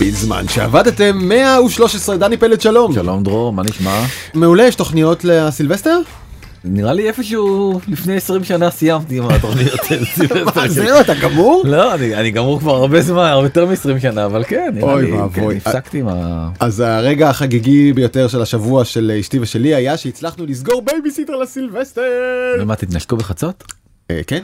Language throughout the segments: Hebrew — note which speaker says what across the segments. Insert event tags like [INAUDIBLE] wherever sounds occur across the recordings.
Speaker 1: בזמן שעבדתם 113 דני פלד שלום
Speaker 2: שלום דרור, מה נשמע?
Speaker 1: מעולה יש תוכניות לסילבסטר?
Speaker 2: נראה לי איפשהו לפני 20 שנה סיימתי עם התוכניות של סילבסטר.
Speaker 1: מה
Speaker 2: שלי.
Speaker 1: אה, זהו אתה גמור?
Speaker 2: [LAUGHS] לא, אני אני גמור כבר הרבה זמן, הרבה יותר מ-20 שנה, אבל כן, נראה
Speaker 1: אוי
Speaker 2: לי,
Speaker 1: ואבוי.
Speaker 2: כן, הפסקתי עם ה...
Speaker 1: אז הרגע החגיגי ביותר של השבוע של אשתי ושלי היה שהצלחנו לסגור בייביסיטר לסילבסטר.
Speaker 2: ומה, תתנשקו בחצות?
Speaker 1: אה, כן.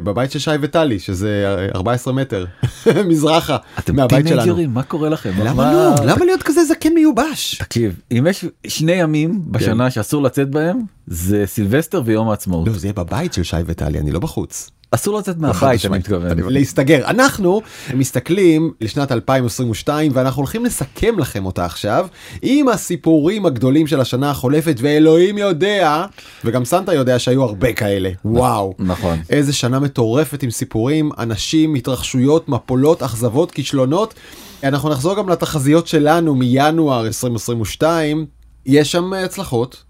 Speaker 1: בבית של שי וטלי שזה אה, 14 מטר [LAUGHS] מזרחה
Speaker 2: אתם
Speaker 1: מהבית שלנו.
Speaker 2: טינג'רים, מה קורה לכם?
Speaker 1: למה
Speaker 2: מה-
Speaker 1: לא? למה להיות כזה זקן מיובש?
Speaker 2: תקשיב, אם יש שני ימים בשנה שאסור לצאת בהם, זה סילבסטר ויום העצמאות.
Speaker 1: כן. לא נכון, זה יהיה בבית של שי וטלי אני לא בחוץ.
Speaker 2: אסור לצאת
Speaker 1: חד
Speaker 2: מהבית, אני
Speaker 1: משמעית.
Speaker 2: מתכוון.
Speaker 1: להסתגר. אנחנו מסתכלים לשנת 2022 ואנחנו הולכים לסכם לכם אותה עכשיו עם הסיפורים הגדולים של השנה החולפת ואלוהים יודע וגם סנטה יודע שהיו הרבה כאלה וואו
Speaker 2: נכון.
Speaker 1: איזה שנה מטורפת עם סיפורים אנשים התרחשויות מפולות אכזבות כישלונות אנחנו נחזור גם לתחזיות שלנו מינואר 2022 יש שם אה, הצלחות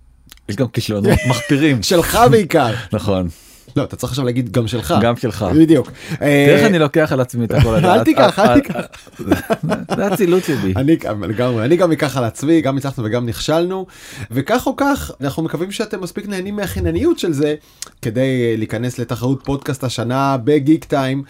Speaker 2: יש גם
Speaker 1: [LAUGHS]
Speaker 2: כישלונות מחפירים.
Speaker 1: שלך
Speaker 2: [LAUGHS]
Speaker 1: בעיקר
Speaker 2: נכון,
Speaker 1: לא אתה צריך עכשיו להגיד גם שלך
Speaker 2: גם שלך.
Speaker 1: בדיוק.
Speaker 2: תראה
Speaker 1: אה,
Speaker 2: איך אני לוקח על עצמי את הכל. הזה.
Speaker 1: אל תיקח, אל
Speaker 2: אה, אה,
Speaker 1: תיקח.
Speaker 2: אה, זה הצילות שלי.
Speaker 1: אני גם- לגמרי, אני גם אקח על עצמי, גם הצלחנו וגם נכשלנו, וכך או כך, אנחנו מקווים שאתם מספיק נהנים מהחינניות של זה, כדי אה, להיכנס לתחרות פודקאסט השנה בגיק טיים,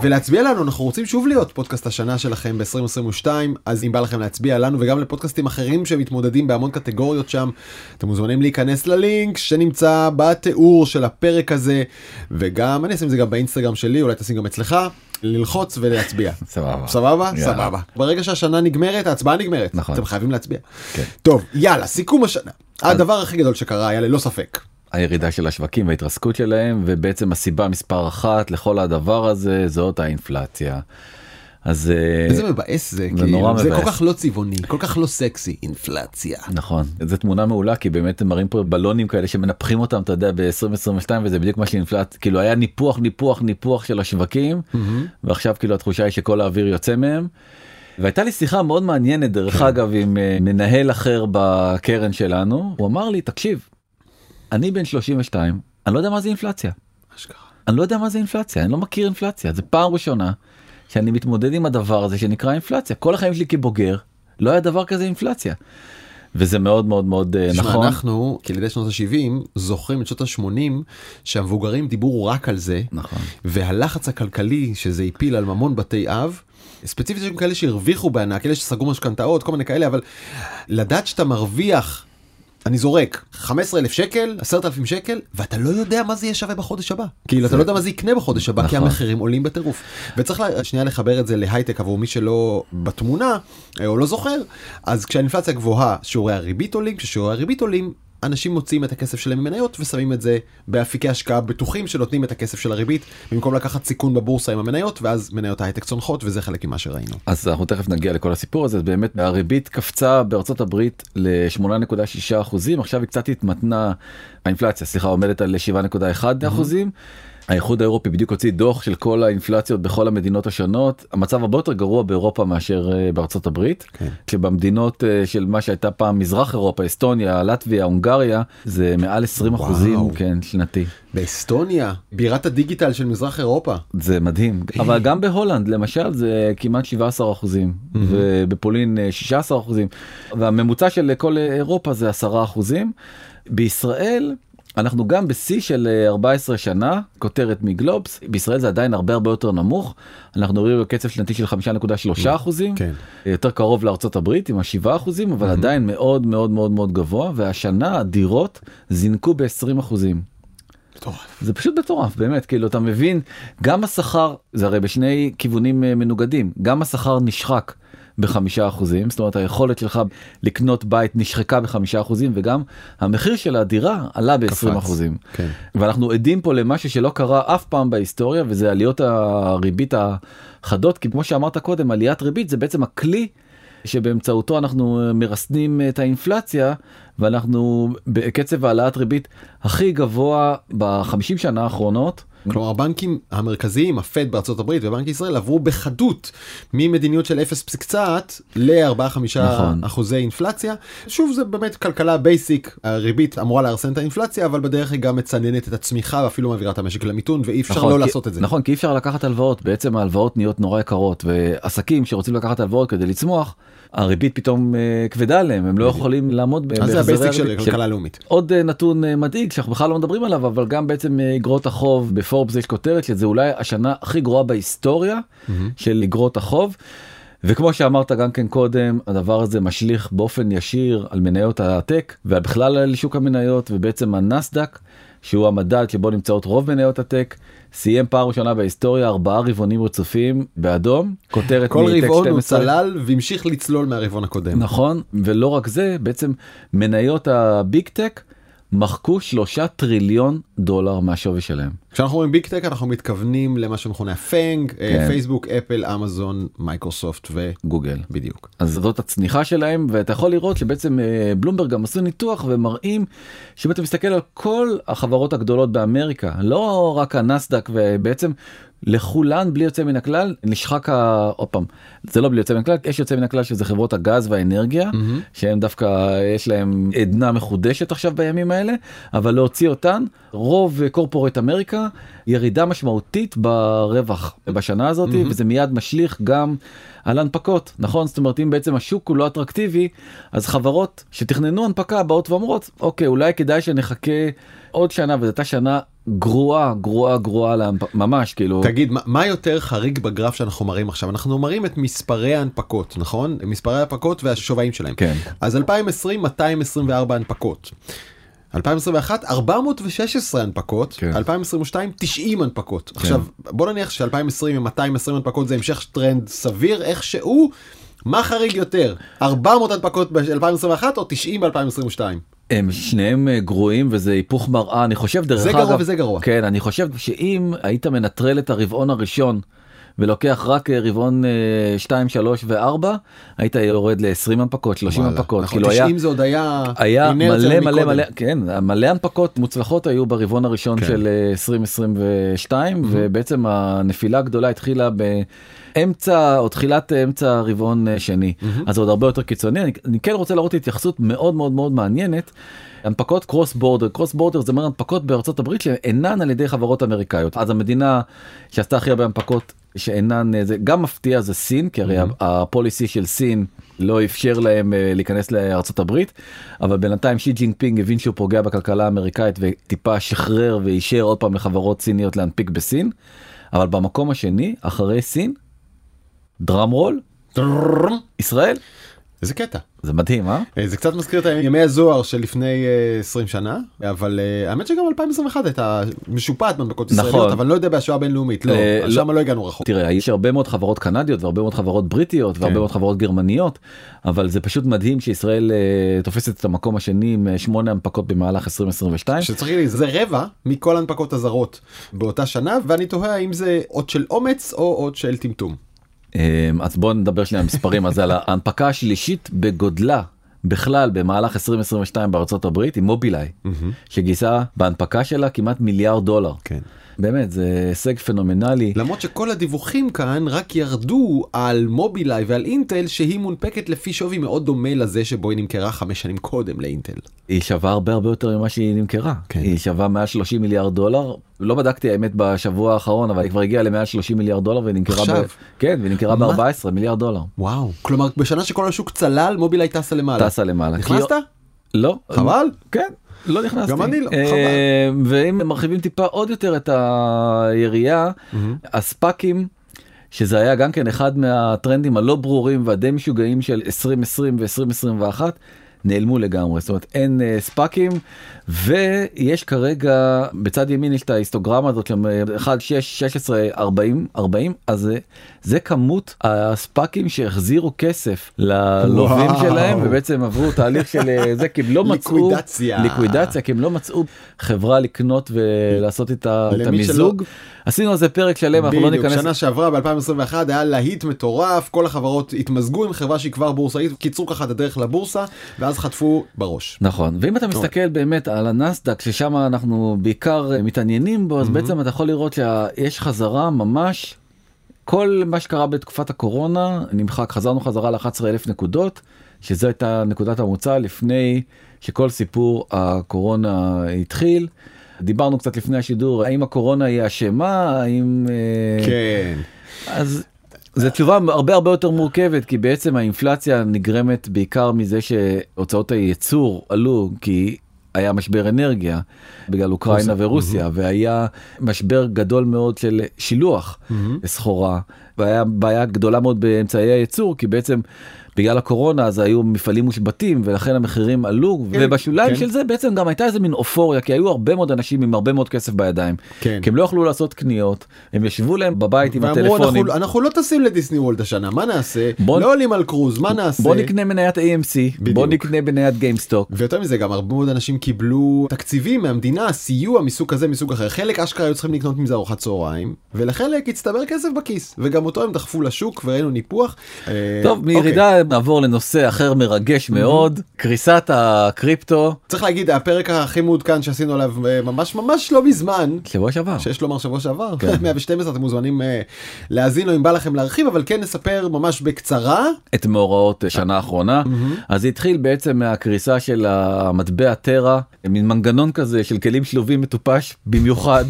Speaker 1: ולהצביע לנו, אנחנו רוצים שוב להיות פודקאסט השנה שלכם ב-2022, אז אם בא לכם להצביע לנו וגם לפודקאסטים אחרים שמתמודדים בהמון קטגוריות שם, אתם מוזמנים להיכנס ללינק שנמצא בתיאור של הפרק הזה, וגם, אני אשים את זה גם באינסטגרם שלי, אולי תשים גם אצלך, ללחוץ ולהצביע.
Speaker 2: [LAUGHS] סבבה.
Speaker 1: סבבה?
Speaker 2: יאללה.
Speaker 1: סבבה. ברגע שהשנה נגמרת, ההצבעה נגמרת.
Speaker 2: נכון.
Speaker 1: אתם חייבים להצביע.
Speaker 2: כן.
Speaker 1: טוב, יאללה, סיכום השנה. הדבר הכי גדול שקרה היה ללא ספק.
Speaker 2: אה, הירידה של השווקים וההתרסקות שלהם ובעצם הסיבה מספר אחת לכל הדבר הזה זאת האינפלציה. אז אה,
Speaker 1: איזה מבאס זה,
Speaker 2: זה
Speaker 1: כאילו.
Speaker 2: נורא
Speaker 1: זה
Speaker 2: מבאס.
Speaker 1: כל כך לא צבעוני, כל כך לא סקסי, אינפלציה.
Speaker 2: נכון זו תמונה מעולה כי באמת הם מראים פה בלונים כאלה שמנפחים אותם אתה יודע ב-2022 וזה בדיוק מה שאינפלציה כאילו היה ניפוח ניפוח ניפוח של השווקים ועכשיו כאילו התחושה היא שכל האוויר יוצא מהם. והייתה לי שיחה מאוד מעניינת דרך אגב עם אה, מנהל אחר בקרן שלנו הוא אמר לי תקשיב אני בן 32 אני לא יודע מה זה אינפלציה. אני לא יודע מה זה אינפלציה, אני לא מכיר אינפלציה, זו פעם ראשונה שאני מתמודד עם הדבר הזה שנקרא אינפלציה. כל החיים שלי כבוגר, לא היה דבר כזה אינפלציה. וזה מאוד מאוד מאוד אה,
Speaker 1: תשמע,
Speaker 2: נכון.
Speaker 1: אנחנו, כילדי שנות ה-70, זוכרים את שנות ה-80, שהמבוגרים דיברו רק על זה,
Speaker 2: נכון.
Speaker 1: והלחץ הכלכלי שזה הפיל על ממון בתי אב, ספציפית יש גם כאלה שהרוויחו בענק, אלה שסגרו משכנתאות, כל מיני כאלה, אבל לדעת שאתה מרוויח, אני זורק, 15,000 שקל, 10,000 שקל, ואתה לא יודע מה זה יהיה שווה בחודש הבא. כאילו, אתה לא יודע מה זה יקנה בחודש הבא, כי
Speaker 2: נכון.
Speaker 1: המחירים עולים בטירוף. וצריך לה- שנייה לחבר את זה להייטק עבור מי שלא בתמונה, אה, או לא זוכר, אז כשהאינפלציה גבוהה, שיעורי הריבית עולים, כששיעורי הריבית עולים, אנשים מוציאים את הכסף שלהם ממניות ושמים את זה באפיקי השקעה בטוחים שנותנים את הכסף של הריבית במקום לקחת סיכון בבורסה עם המניות ואז מניות ההייטק צונחות וזה חלק ממה שראינו.
Speaker 2: אז אנחנו תכף נגיע לכל הסיפור הזה, אז באמת הריבית קפצה בארצות הברית ל-8.6 אחוזים, עכשיו היא קצת התמתנה, האינפלציה, סליחה, עומדת על 7.1 אחוזים. האיחוד האירופי בדיוק הוציא דוח של כל האינפלציות בכל המדינות השונות. המצב הרבה יותר גרוע באירופה מאשר אה, בארצות הברית.
Speaker 1: כן.
Speaker 2: כשבמדינות אה, של מה שהייתה פעם מזרח אירופה, אסטוניה, לטביה, הונגריה, זה מעל 20
Speaker 1: וואו.
Speaker 2: אחוזים, כן, שנתי.
Speaker 1: באסטוניה, בירת הדיגיטל של מזרח אירופה.
Speaker 2: זה מדהים אבל גם בהולנד למשל זה כמעט 17 אחוזים ובפולין אה, 16 אחוזים והממוצע של כל אירופה זה 10 אחוזים. בישראל אנחנו גם בשיא של אה, 14 שנה כותרת מגלובס בישראל זה עדיין הרבה הרבה יותר נמוך אנחנו רואים קצב שנתי של 5.3 אחוזים
Speaker 1: כן.
Speaker 2: יותר קרוב לארצות הברית עם ה-7 אחוזים אבל עדיין מאוד מאוד מאוד מאוד גבוה והשנה הדירות זינקו ב-20 אחוזים. זה פשוט מטורף באמת כאילו אתה מבין גם השכר זה הרי בשני כיוונים אה, מנוגדים גם השכר נשחק בחמישה אחוזים זאת אומרת היכולת שלך לקנות בית נשחקה בחמישה אחוזים וגם המחיר של הדירה עלה ב-20 אחוזים.
Speaker 1: כן.
Speaker 2: ואנחנו עדים פה למשהו שלא קרה אף פעם בהיסטוריה וזה עליות הריבית החדות כי כמו שאמרת קודם עליית ריבית זה בעצם הכלי שבאמצעותו אנחנו אה, מרסנים את האינפלציה ואנחנו בקצב העלאת ריבית הכי גבוה בחמישים שנה האחרונות.
Speaker 1: כלומר הבנקים המרכזיים, הפד בארצות הברית ובנק ישראל עברו בחדות ממדיניות של 0 קצת ל-4-5
Speaker 2: נכון.
Speaker 1: אחוזי אינפלציה. שוב זה באמת כלכלה בייסיק, הריבית אמורה לארסן את האינפלציה אבל בדרך היא גם מצננת את הצמיחה ואפילו מעבירה את המשק למיתון ואי אפשר
Speaker 2: נכון,
Speaker 1: לא
Speaker 2: כי-
Speaker 1: לעשות את זה.
Speaker 2: נכון, כי אי אפשר לקחת הלוואות, בעצם ההלוואות נהיות נורא יקרות, ועסקים שרוצים לקחת הלוואות כדי לצמוח, הריבית פתאום אה, כבדה עליהם, הם לא יכולים לעמוד ב-
Speaker 1: אז זה
Speaker 2: בהחזרי
Speaker 1: הבייסיק של
Speaker 2: הריבית.
Speaker 1: כלכלה לאומית.
Speaker 2: עוד אה, נתון אה, מדאיג שאנחנו בכלל לא מדברים עליו, אבל גם בעצם אה, אגרות החוב בפורבס יש כותרת שזה אולי השנה הכי גרועה בהיסטוריה של אגרות החוב. וכמו שאמרת גם כן קודם, הדבר הזה משליך באופן ישיר על מניות הטק ובכלל על שוק המניות ובעצם הנסדק, שהוא המדד שבו נמצאות רוב מניות הטק, סיים פעם ראשונה בהיסטוריה ארבעה רבעונים רצופים באדום, כותרת
Speaker 1: כל
Speaker 2: מטק
Speaker 1: רבעון הוא
Speaker 2: 12.
Speaker 1: צלל והמשיך לצלול מהרבעון הקודם.
Speaker 2: נכון, ולא רק זה, בעצם מניות הביג טק מחקו שלושה טריליון דולר מהשווי שלהם.
Speaker 1: כשאנחנו אומרים ביג טק אנחנו מתכוונים למה שמכונה אה, פנג,
Speaker 2: כן.
Speaker 1: פייסבוק, אפל, אמזון, מייקרוסופט ו...
Speaker 2: גוגל.
Speaker 1: בדיוק.
Speaker 2: אז זאת הצניחה שלהם ואתה יכול לראות שבעצם אה, בלומברג גם עשו ניתוח ומראים שאם אתה מסתכל על כל החברות הגדולות באמריקה לא רק הנסדק ובעצם לכולן בלי יוצא מן הכלל נשחק ה... עוד פעם זה לא בלי יוצא מן הכלל יש יוצא מן הכלל שזה חברות הגז והאנרגיה
Speaker 1: מהמם.
Speaker 2: שהם דווקא יש להם עדנה מחודשת עכשיו בימים האלה אבל להוציא אותן רוב אה, קורפורט אמריקה ירידה משמעותית ברווח בשנה הזאת
Speaker 1: מהמם.
Speaker 2: וזה מיד משליך גם על הנפקות נכון זאת אומרת אם בעצם השוק הוא לא אטרקטיבי אז חברות שתכננו הנפקה באות ואומרות אוקיי אולי כדאי שנחכה עוד שנה וזו הייתה שנה גרועה גרועה גרועה להנפ... ממש כאילו
Speaker 1: תגיד, מה- מה יותר חריג בגרף שאנחנו מראים עכשיו? אנחנו מראים את מספרי ההנפקות, נכון? מספרי ההנפקות והשווים שלהם.
Speaker 2: כן.
Speaker 1: אז 2020, 224 הנפקות. 2021, 416 הנפקות.
Speaker 2: כן.
Speaker 1: 2022, 90 הנפקות. עכשיו, בוא נניח ש2020 עם 220 הנפקות זה המשך טרנד סביר איכשהו. מה חריג יותר? 400 הנפקות ב-2021 או 90 ב-2022?
Speaker 2: הם שניהם אה, גרועים וזה היפוך מראה אני חושב דרך
Speaker 1: זה
Speaker 2: אגב
Speaker 1: גרוע וזה גרוע.
Speaker 2: כן אני חושב שאם היית מנטרל את הרבעון הראשון ולוקח רק אה, רבעון 2 3 ו4 היית יורד ל-20 הנפקות 30
Speaker 1: וואלה.
Speaker 2: הנפקות
Speaker 1: נכון,
Speaker 2: כאילו היה
Speaker 1: 90 זה עוד היה...
Speaker 2: היה
Speaker 1: אינרציה
Speaker 2: מלא מלא
Speaker 1: מקודם.
Speaker 2: מלא כן מלא הנפקות מוצלחות היו ברבעון הראשון
Speaker 1: כן.
Speaker 2: של אה, 2022 ובעצם הנפילה הגדולה התחילה באמצע או תחילת אה, אמצע הרבעון אה, שני אז זה עוד הרבה יותר קיצוני אני, אני כן רוצה להראות התייחסות מאוד מאוד מאוד מעניינת. הנפקות קרוס בורדר קרוס בורדר זה אומר הנפקות בארצות הברית שאינן על ידי חברות אמריקאיות אז המדינה שעשתה הכי הרבה הנפקות שאינן אה, זה גם מפתיע זה סין כי הרי mm-hmm. הפוליסי של סין לא אפשר להם אה, להיכנס לארצות הברית אבל בינתיים שי ג'ינגפינג הבין שהוא פוגע בכלכלה האמריקאית וטיפה שחרר ואישר עוד פעם לחברות סיניות להנפיק בסין. אבל במקום השני אחרי סין דראם רול
Speaker 1: טררררם.
Speaker 2: ישראל
Speaker 1: איזה קטע.
Speaker 2: זה מדהים אה?
Speaker 1: אה, זה קצת מזכיר את ימי הזוהר של לפני אה, 20 שנה, אבל אה, האמת שגם 2021 הייתה משופעת בהנפקות
Speaker 2: נכון.
Speaker 1: ישראליות, אבל לא יודע בהשוואה בינלאומית, לא,
Speaker 2: אה, לא.
Speaker 1: שם לא הגענו רחוק.
Speaker 2: תראה, יש הרבה מאוד חברות קנדיות והרבה מאוד חברות בריטיות והרבה
Speaker 1: כן.
Speaker 2: מאוד חברות גרמניות, אבל זה פשוט מדהים שישראל אה, תופסת את המקום השני עם אה, שמונה הנפקות במהלך 2022.
Speaker 1: שצריך להגיד, זה רבע מכל ההנפקות הזרות באותה שנה, ואני תוהה האם זה עוד של אומץ או עוד של טמטום.
Speaker 2: אה, אז בואו נדבר שנייה על מספרים, אז על ההנפקה השלישית בגודלה. בכלל במהלך 2022 בארצות הברית עם מובילאיי שגייסה בהנפקה שלה כמעט מיליארד דולר
Speaker 1: כן. לא-
Speaker 2: באמת זה הישג פנומנלי
Speaker 1: למרות שכל הדיווחים כאן רק ירדו על מובילאיי ועל אינטל שהיא מונפקת לפי שווי מאוד דומה לזה שבו היא נמכרה חמש שנים קודם לאינטל.
Speaker 2: היא שווה הרבה הרבה יותר ממה שהיא נמכרה.
Speaker 1: כן.
Speaker 2: כן. היא שווה 130 מיליארד דולר. לא בדקתי האמת בשבוע האחרון, אבל היא כבר הגיעה ל-130 מיליארד דולר ונמכרה
Speaker 1: עכשיו?
Speaker 2: ב... כן, ונמכרה
Speaker 1: מה?
Speaker 2: ב-14 מיליארד דולר.
Speaker 1: וואו. כלומר, בשנה שכל השוק צלל, מובילאיי טסה למעלה.
Speaker 2: טסה למעלה.
Speaker 1: נכנסת?
Speaker 2: כי- לא.
Speaker 1: חבל.
Speaker 2: כן, לא נכנסתי.
Speaker 1: גם אני לא,
Speaker 2: אה,
Speaker 1: חבל.
Speaker 2: ואם מרחיבים טיפה עוד יותר את היריעה, הספאקים, שזה היה גם כן אחד מהטרנדים הלא ברורים והדי משוגעים של 2020 ו-2021, נעלמו לגמרי. זאת אומרת, אין אה, ספאקים, ויש כרגע, בצד ימין יש את ההיסטוגרמה הזאת, שם, אה, 1, 6, 16, 40, 40, אז זה, זה כמות הספאקים שהחזירו כסף ללווים
Speaker 1: וואו.
Speaker 2: שלהם, ובעצם עברו תהליך של אה, זה, כי הם לא מצאו...
Speaker 1: ליקווידציה.
Speaker 2: ליקווידציה, כי הם לא מצאו חברה לקנות ולעשות איתה את
Speaker 1: למי
Speaker 2: המיזוג. עשינו על זה פרק שלם, אנחנו לא
Speaker 1: בדיוק,
Speaker 2: ניכנס...
Speaker 1: שנה שעברה ב-2021 היה להיט מטורף, כל החברות התמזגו עם חברה שהיא כבר בורסאית, קיצרו ככה את הדרך לבורסה, ואז מאז חטפו בראש.
Speaker 2: נכון ואם אתה מסתכל באמת על הנסדק ששם אנחנו בעיקר אה, מתעניינים בו אז בעצם אתה יכול לראות שיש חזרה ממש. כל מה שקרה בתקופת הקורונה נמחק חזרנו חזרה ל-11,000 נקודות שזו הייתה נקודת המוצא לפני שכל סיפור הקורונה התחיל. דיברנו קצת לפני השידור האם הקורונה היא אשמה האם אה,
Speaker 1: כן.
Speaker 2: אז זו תשובה הרבה הרבה יותר מורכבת כי בעצם האינפלציה נגרמת בעיקר מזה שהוצאות הייצור עלו כי היה משבר אנרגיה בגלל אוקראינה
Speaker 1: רוסיה,
Speaker 2: ורוסיה והיה משבר גדול מאוד של שילוח
Speaker 1: אוקיי.
Speaker 2: סחורה והיה בעיה גדולה מאוד באמצעי הייצור כי בעצם. בגלל הקורונה אז היו מפעלים מושבתים ולכן המחירים עלו
Speaker 1: כן,
Speaker 2: ובשוליים
Speaker 1: כן.
Speaker 2: של זה בעצם גם הייתה איזה מין אופוריה כי היו הרבה מאוד אנשים עם הרבה מאוד כסף בידיים.
Speaker 1: כן.
Speaker 2: כי הם לא יכלו לעשות קניות הם ישבו להם בבית עם
Speaker 1: ואמרו
Speaker 2: הטלפונים.
Speaker 1: אנחנו, אנחנו לא טסים לדיסני וולד השנה מה נעשה
Speaker 2: בוא-
Speaker 1: לא עולים על קרוז מה נעשה
Speaker 2: בוא נקנה מניית AMC, בוא
Speaker 1: בדיוק.
Speaker 2: נקנה מניית גיימסטוק.
Speaker 1: ויותר מזה גם הרבה מאוד אנשים קיבלו תקציבים מהמדינה סיוע מסוג כזה מסוג אחר חלק אשכרה היו צריכים לקנות מזה ארוחת צהריים ולחלק הצטבר כסף בכיס וגם אותו הם דחפו לשוק וראינו ניפוח. אה,
Speaker 2: טוב,
Speaker 1: אוקיי.
Speaker 2: מירידה נעבור לנושא אחר מרגש מאוד, קריסת הקריפטו
Speaker 1: אוקיי, צריך להגיד הפרק הכי מעודכן שעשינו עליו אה, ממש ממש לא מזמן
Speaker 2: שבוע שעבר.
Speaker 1: שיש לומר שבוע שעבר,
Speaker 2: כן.
Speaker 1: [LAUGHS] 112 אתם מוזמנים אה, להאזין לו אם בא לכם להרחיב, אבל כן נספר ממש בקצרה.
Speaker 2: את מאורעות אה, שנה האחרונה אז זה התחיל בעצם מהקריסה של המטבע טרה מין מנגנון כזה של כלים שלובים מטופש
Speaker 1: [LAUGHS]
Speaker 2: במיוחד.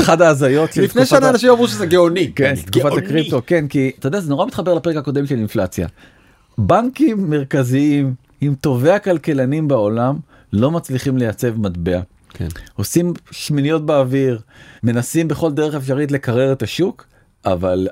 Speaker 2: אחד ההזיות של
Speaker 1: לפני
Speaker 2: כן, תקופת
Speaker 1: שנה
Speaker 2: ה-
Speaker 1: אנשים אמרו שזה גאוני.
Speaker 2: כן, תקופת
Speaker 1: גאוני.
Speaker 2: הקריפטו, כן, כי אתה יודע, זה נורא מתחבר לפרק הקודם של אינפלציה. בנקים מרכזיים עם טובי הכלכלנים בעולם לא מצליחים לייצב מטבע.
Speaker 1: כן.
Speaker 2: עושים שמיניות באוויר, מנסים בכל דרך אפשרית לקרר את השוק, אבל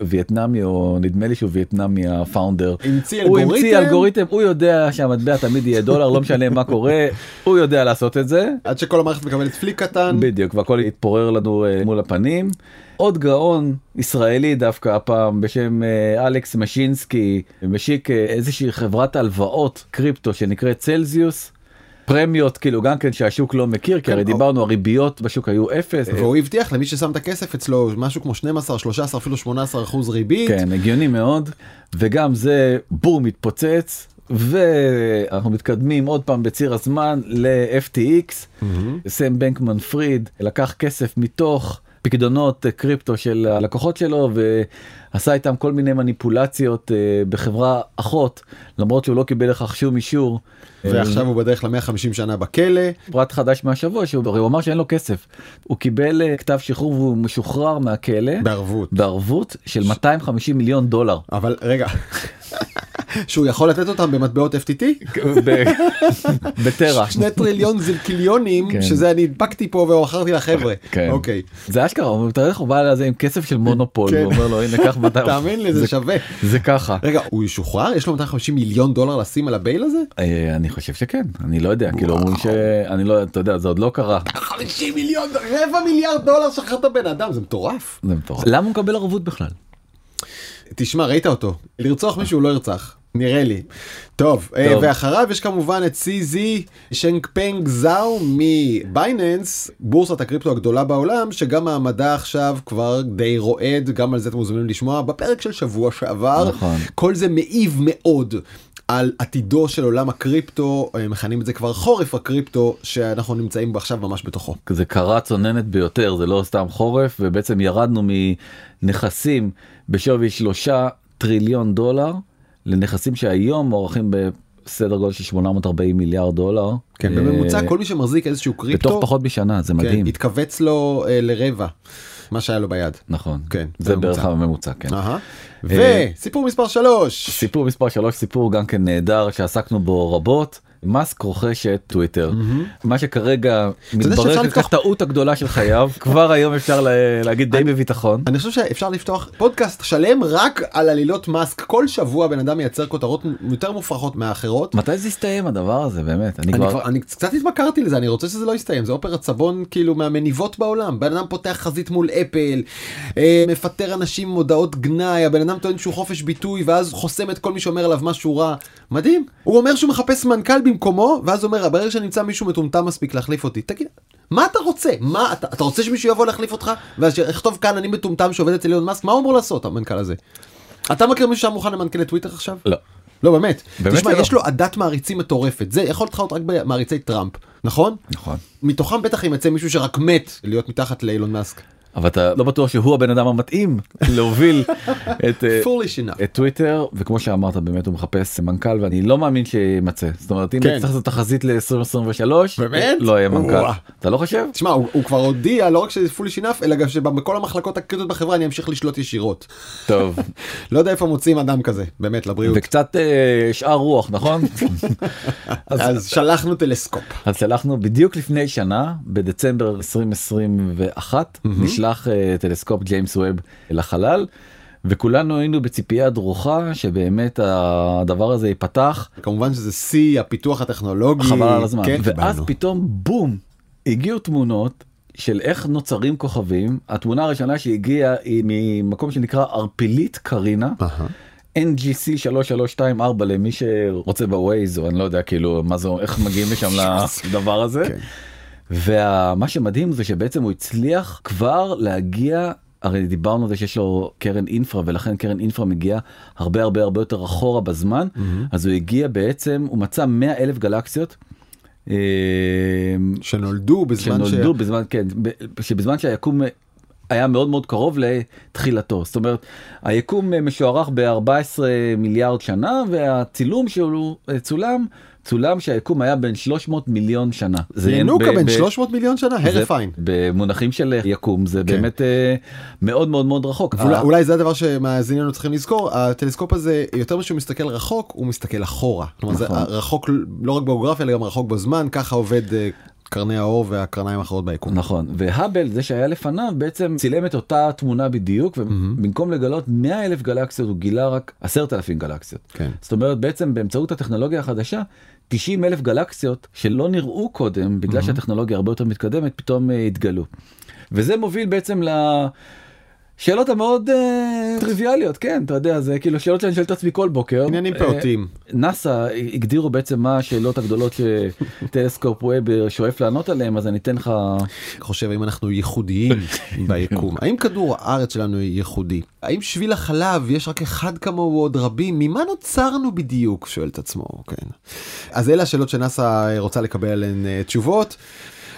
Speaker 2: הווייטנאמי, או נדמה לי שהוא וייטנאמי הפאונדר,
Speaker 1: המציא
Speaker 2: הוא המציא
Speaker 1: אלגוריתם?
Speaker 2: אלגוריתם, הוא יודע שהמטבע תמיד יהיה דולר, לא משנה מה קורה, הוא יודע לעשות את זה.
Speaker 1: עד שכל המערכת מקבלת פליק קטן.
Speaker 2: בדיוק, והכל התפורר לנו אה, מול הפנים. עוד גאון ישראלי דווקא הפעם בשם אה, אלכס משינסקי משיק אה, איזושהי חברת הלוואות קריפטו שנקראת צלזיוס. פרמיות כאילו גם כן שהשוק לא מכיר כי
Speaker 1: כן,
Speaker 2: הרי
Speaker 1: או-
Speaker 2: דיברנו הריביות בשוק היו אפס.
Speaker 1: והוא הבטיח למי ששם את הכסף אצלו משהו כמו 12, 13, אפילו 18 אחוז ריבית.
Speaker 2: כן הגיוני מאוד וגם זה בום מתפוצץ ואנחנו מתקדמים עוד פעם בציר הזמן ל-FTX.
Speaker 1: מהמם.
Speaker 2: סם בנקמן פריד לקח כסף מתוך פקדונות אה, קריפטו של הלקוחות שלו ועשה איתם כל מיני מניפולציות אה, בחברה אחות למרות שהוא לא קיבל לכך שום אישור.
Speaker 1: ועכשיו
Speaker 2: אה,
Speaker 1: הוא בדרך ל-150 שנה בכלא.
Speaker 2: פרט חדש מהשבוע שהוא הרי הוא אמר שאין לו כסף. הוא קיבל אה, כתב שחרור והוא משוחרר מהכלא
Speaker 1: בערבות.
Speaker 2: בערבות של 250 מיליון דולר.
Speaker 1: אבל רגע, [LAUGHS] שהוא יכול לתת אותם במטבעות FTT? [LAUGHS]
Speaker 2: ב- בטרה.
Speaker 1: שני טריליון זלקיליונים,
Speaker 2: כן.
Speaker 1: שזה אני הדבקתי פה ומכרתי לחבר'ה.
Speaker 2: כן.
Speaker 1: אוקיי.
Speaker 2: זה אשכרה, הוא מתאר איך הוא בא לזה עם כסף של מונופול,
Speaker 1: כן.
Speaker 2: הוא אומר לו הנה
Speaker 1: [LAUGHS]
Speaker 2: קח 200.
Speaker 1: תאמין לי זה שווה.
Speaker 2: זה ככה.
Speaker 1: רגע, הוא ישוחרר? יש לו 250 מיליון דולר לשים על הבייל הזה?
Speaker 2: אה, אני חושב שכן אני לא יודע כאילו אומרים שאני לא אתה יודע זה עוד לא קרה
Speaker 1: 50 מיליון, רבע מיליארד דולר שחררת בן אדם, זה מטורף.
Speaker 2: זה מטורף. למה הוא מקבל ערבות בכלל
Speaker 1: תשמע, ראית אותו. לרצוח מישהו לא ירצח, נראה לי. טוב, אה,
Speaker 2: טוב.
Speaker 1: ואחריו יש כמובן את CZ שנג פנג זאו מבייננס, בורסת הקריפטו הגדולה בעולם, שגם מעמדה עכשיו כבר די רועד, גם על זה אתם מוזמנים לשמוע בפרק של שבוע שעבר.
Speaker 2: נכון.
Speaker 1: כל זה מעיב מאוד. על עתידו של עולם הקריפטו, אה, מכנים את זה כבר חורף הקריפטו, שאנחנו נמצאים בו עכשיו ממש בתוכו.
Speaker 2: זה קרה צוננת ביותר זה לא סתם חורף ובעצם ירדנו מנכסים בשווי שלושה טריליון דולר לנכסים שהיום מוערכים בסדר גודל של 840 מיליארד דולר.
Speaker 1: כן,
Speaker 2: אה,
Speaker 1: בממוצע כל מי שמחזיק איזשהו קריפטו,
Speaker 2: בתוך פחות משנה זה מדהים
Speaker 1: כן, התכווץ לו אה, לרבע מה שהיה לו ביד.
Speaker 2: נכון
Speaker 1: כן,
Speaker 2: זה
Speaker 1: בממוצע.
Speaker 2: בערך הממוצע כן.
Speaker 1: אהה.
Speaker 2: אה,
Speaker 1: וסיפור מספר 3.
Speaker 2: סיפור מספר 3 סיפור גם כן נהדר שעסקנו בו רבות. מאסק רוכש את טוויטר מה שכרגע
Speaker 1: שאפשר
Speaker 2: מתברר
Speaker 1: לפתוח-
Speaker 2: כטעות הגדולה של [LAUGHS] חייו כבר היום אפשר לה- להגיד די בביטחון
Speaker 1: אני חושב שאפשר לפתוח פודקאסט שלם רק על עלילות מאסק. כל שבוע בן אדם מייצר כותרות יותר מופרכות מהאחרות.
Speaker 2: מתי זה יסתיים הדבר הזה באמת אני
Speaker 1: אני
Speaker 2: כבר
Speaker 1: כבר, אני קצת התמכרתי לזה, אני רוצה שזה לא יסתיים, זה אופרת סבון כאילו מהמניבות בעולם. בן אדם פותח חזית מול אפל, אה, מפטר אנשים עם הודעות גנאי, הבן אדם טוען שהוא חופש ביטוי, ואז חוסם את כל מי שאומר עליו משהו רע. מדהים. הוא אומר שהוא מחפש מנכ"ל במקומו, ואז אומר, ברגע שנמצא מישהו מטומטם מספיק להחליף אותי, תגיד, מה אתה רוצה? מה אתה, אתה רוצה שמישהו יבוא להחליף אותך? ואז שיכתוב כאן, אני מטומטם שעובד אצל אילון מאסק, מה הוא אמור לעשות המנכ"ל הזה? אתה מכיר מישהו שהיה מוכן למנכ"ל לטוויטר עכשיו?
Speaker 2: לא
Speaker 1: לא באמת.
Speaker 2: באמת
Speaker 1: תשמע,
Speaker 2: שלא.
Speaker 1: יש לו עדת מעריצים מטורפת. זה יכול להתחרות רק במעריצי טראמפ, נכון?
Speaker 2: נכון.
Speaker 1: מתוכם בטח יימצא מישהו שרק מת להיות מתחת לאילון מאסק.
Speaker 2: אבל אתה לא בטוח שהוא הבן אדם המתאים להוביל [LAUGHS] את, אה,
Speaker 1: foolish enough.
Speaker 2: את טוויטר וכמו שאמרת באמת הוא מחפש מנכ"ל ואני לא מאמין שימצא זאת אומרת אם
Speaker 1: כן.
Speaker 2: כן. צריך לעשות תחזית ל-2023
Speaker 1: באמת?
Speaker 2: לא יהיה מנכ"ל
Speaker 1: וואו.
Speaker 2: אתה לא חושב
Speaker 1: תשמע, הוא, הוא כבר הודיע לא רק שזה foolish enough, אלא גם שבכל המחלקות הקריטיות בחברה אני אמשיך לשלוט ישירות.
Speaker 2: טוב
Speaker 1: לא יודע איפה מוצאים אדם כזה, באמת, לבריאות.
Speaker 2: וקצת אה, שאר רוח
Speaker 1: [LAUGHS]
Speaker 2: נכון אז,
Speaker 1: אז שלחנו טלסקופ.
Speaker 2: אז שלחנו בדיוק לפני שנה בדצמבר 2021 נשלח אה, טלסקופ ג'יימס ווב לחלל וכולנו היינו בציפייה דרוכה שבאמת הדבר הזה ייפתח
Speaker 1: כמובן שזה שיא הפיתוח הטכנולוגי.
Speaker 2: חבל על הזמן.
Speaker 1: כן,
Speaker 2: ואז
Speaker 1: קיבלנו.
Speaker 2: פתאום בום, הגיעו תמונות של איך נוצרים כוכבים. התמונה הראשונה שהגיעה היא ממקום שנקרא ערפילית קרינה.
Speaker 1: אהה.
Speaker 2: NGC 3324 למי שרוצה בווייז או אני לא יודע כאילו מה זה איך מגיעים לשם לדבר הזה.
Speaker 1: כן.
Speaker 2: ומה שמדהים זה שבעצם הוא הצליח כבר להגיע. הרי דיברנו על זה שיש לו קרן אינפרה ולכן קרן אינפרה מגיעה הרבה הרבה הרבה יותר אחורה בזמן אז הוא הגיע בעצם הוא מצא 100 אלף גלקסיות. אה,
Speaker 1: שנולדו בזמן ש...
Speaker 2: שנולדו בזמן כן ב- שבזמן שהיקום היה מאוד מאוד קרוב לתחילתו זאת אומרת היקום אה, משוערך ב-14 מיליארד שנה והצילום שהוא אה, צולם צולם שהיקום היה בין 300 מיליון שנה. זה
Speaker 1: ינוקה
Speaker 2: ב-
Speaker 1: בן
Speaker 2: ב-
Speaker 1: 300 מיליון שנה?
Speaker 2: זה-
Speaker 1: הרפיין.
Speaker 2: במונחים של יקום זה באמת אה, מאוד מאוד מאוד רחוק. אה,
Speaker 1: כן. אולי זה הדבר שמאזינים לנו צריכים לזכור, הטלסקופ הזה, יותר משהוא מסתכל רחוק, הוא מסתכל אחורה. כלומר, זה
Speaker 2: נכון.
Speaker 1: רחוק לא רק בגיאוגרפיה, אלא גם רחוק בזמן, ככה עובד אה, קרני האור והקרניים האחרות ביקום.
Speaker 2: נכון והאבל זה שהיה לפניו בעצם צילם את אותה תמונה בדיוק ובמקום לגלות 100 אלף גלקסיות הוא גילה רק 10,000 גלקסיות.
Speaker 1: כן.
Speaker 2: זאת אומרת בעצם באמצעות הטכנולוגיה החדשה 90 אלף גלקסיות שלא נראו קודם
Speaker 1: Mhm.
Speaker 2: בגלל שהטכנולוגיה הרבה יותר מתקדמת פתאום אה, התגלו. וזה מוביל בעצם לשאלות המאוד אה, טריוויאליות כן אתה יודע זה כאילו שאלות שאני שואל את עצמי כל בוקר.
Speaker 1: עניינים
Speaker 2: אה,
Speaker 1: פעוטים.
Speaker 2: נאסא הגדירו בעצם מה השאלות הגדולות שטלסקופ ווב שואף לענות עליהם אז אני אתן לך
Speaker 1: חושב האם אנחנו
Speaker 2: [LAUGHS]
Speaker 1: ייחודיים ביקום האם כדור הארץ שלנו ייחודי האם שביל החלב יש רק אחד כמוהו עוד רבים ממה נוצרנו בדיוק שואל את עצמו כן אז אלה השאלות שנאסא רוצה לקבל עליהן אה, תשובות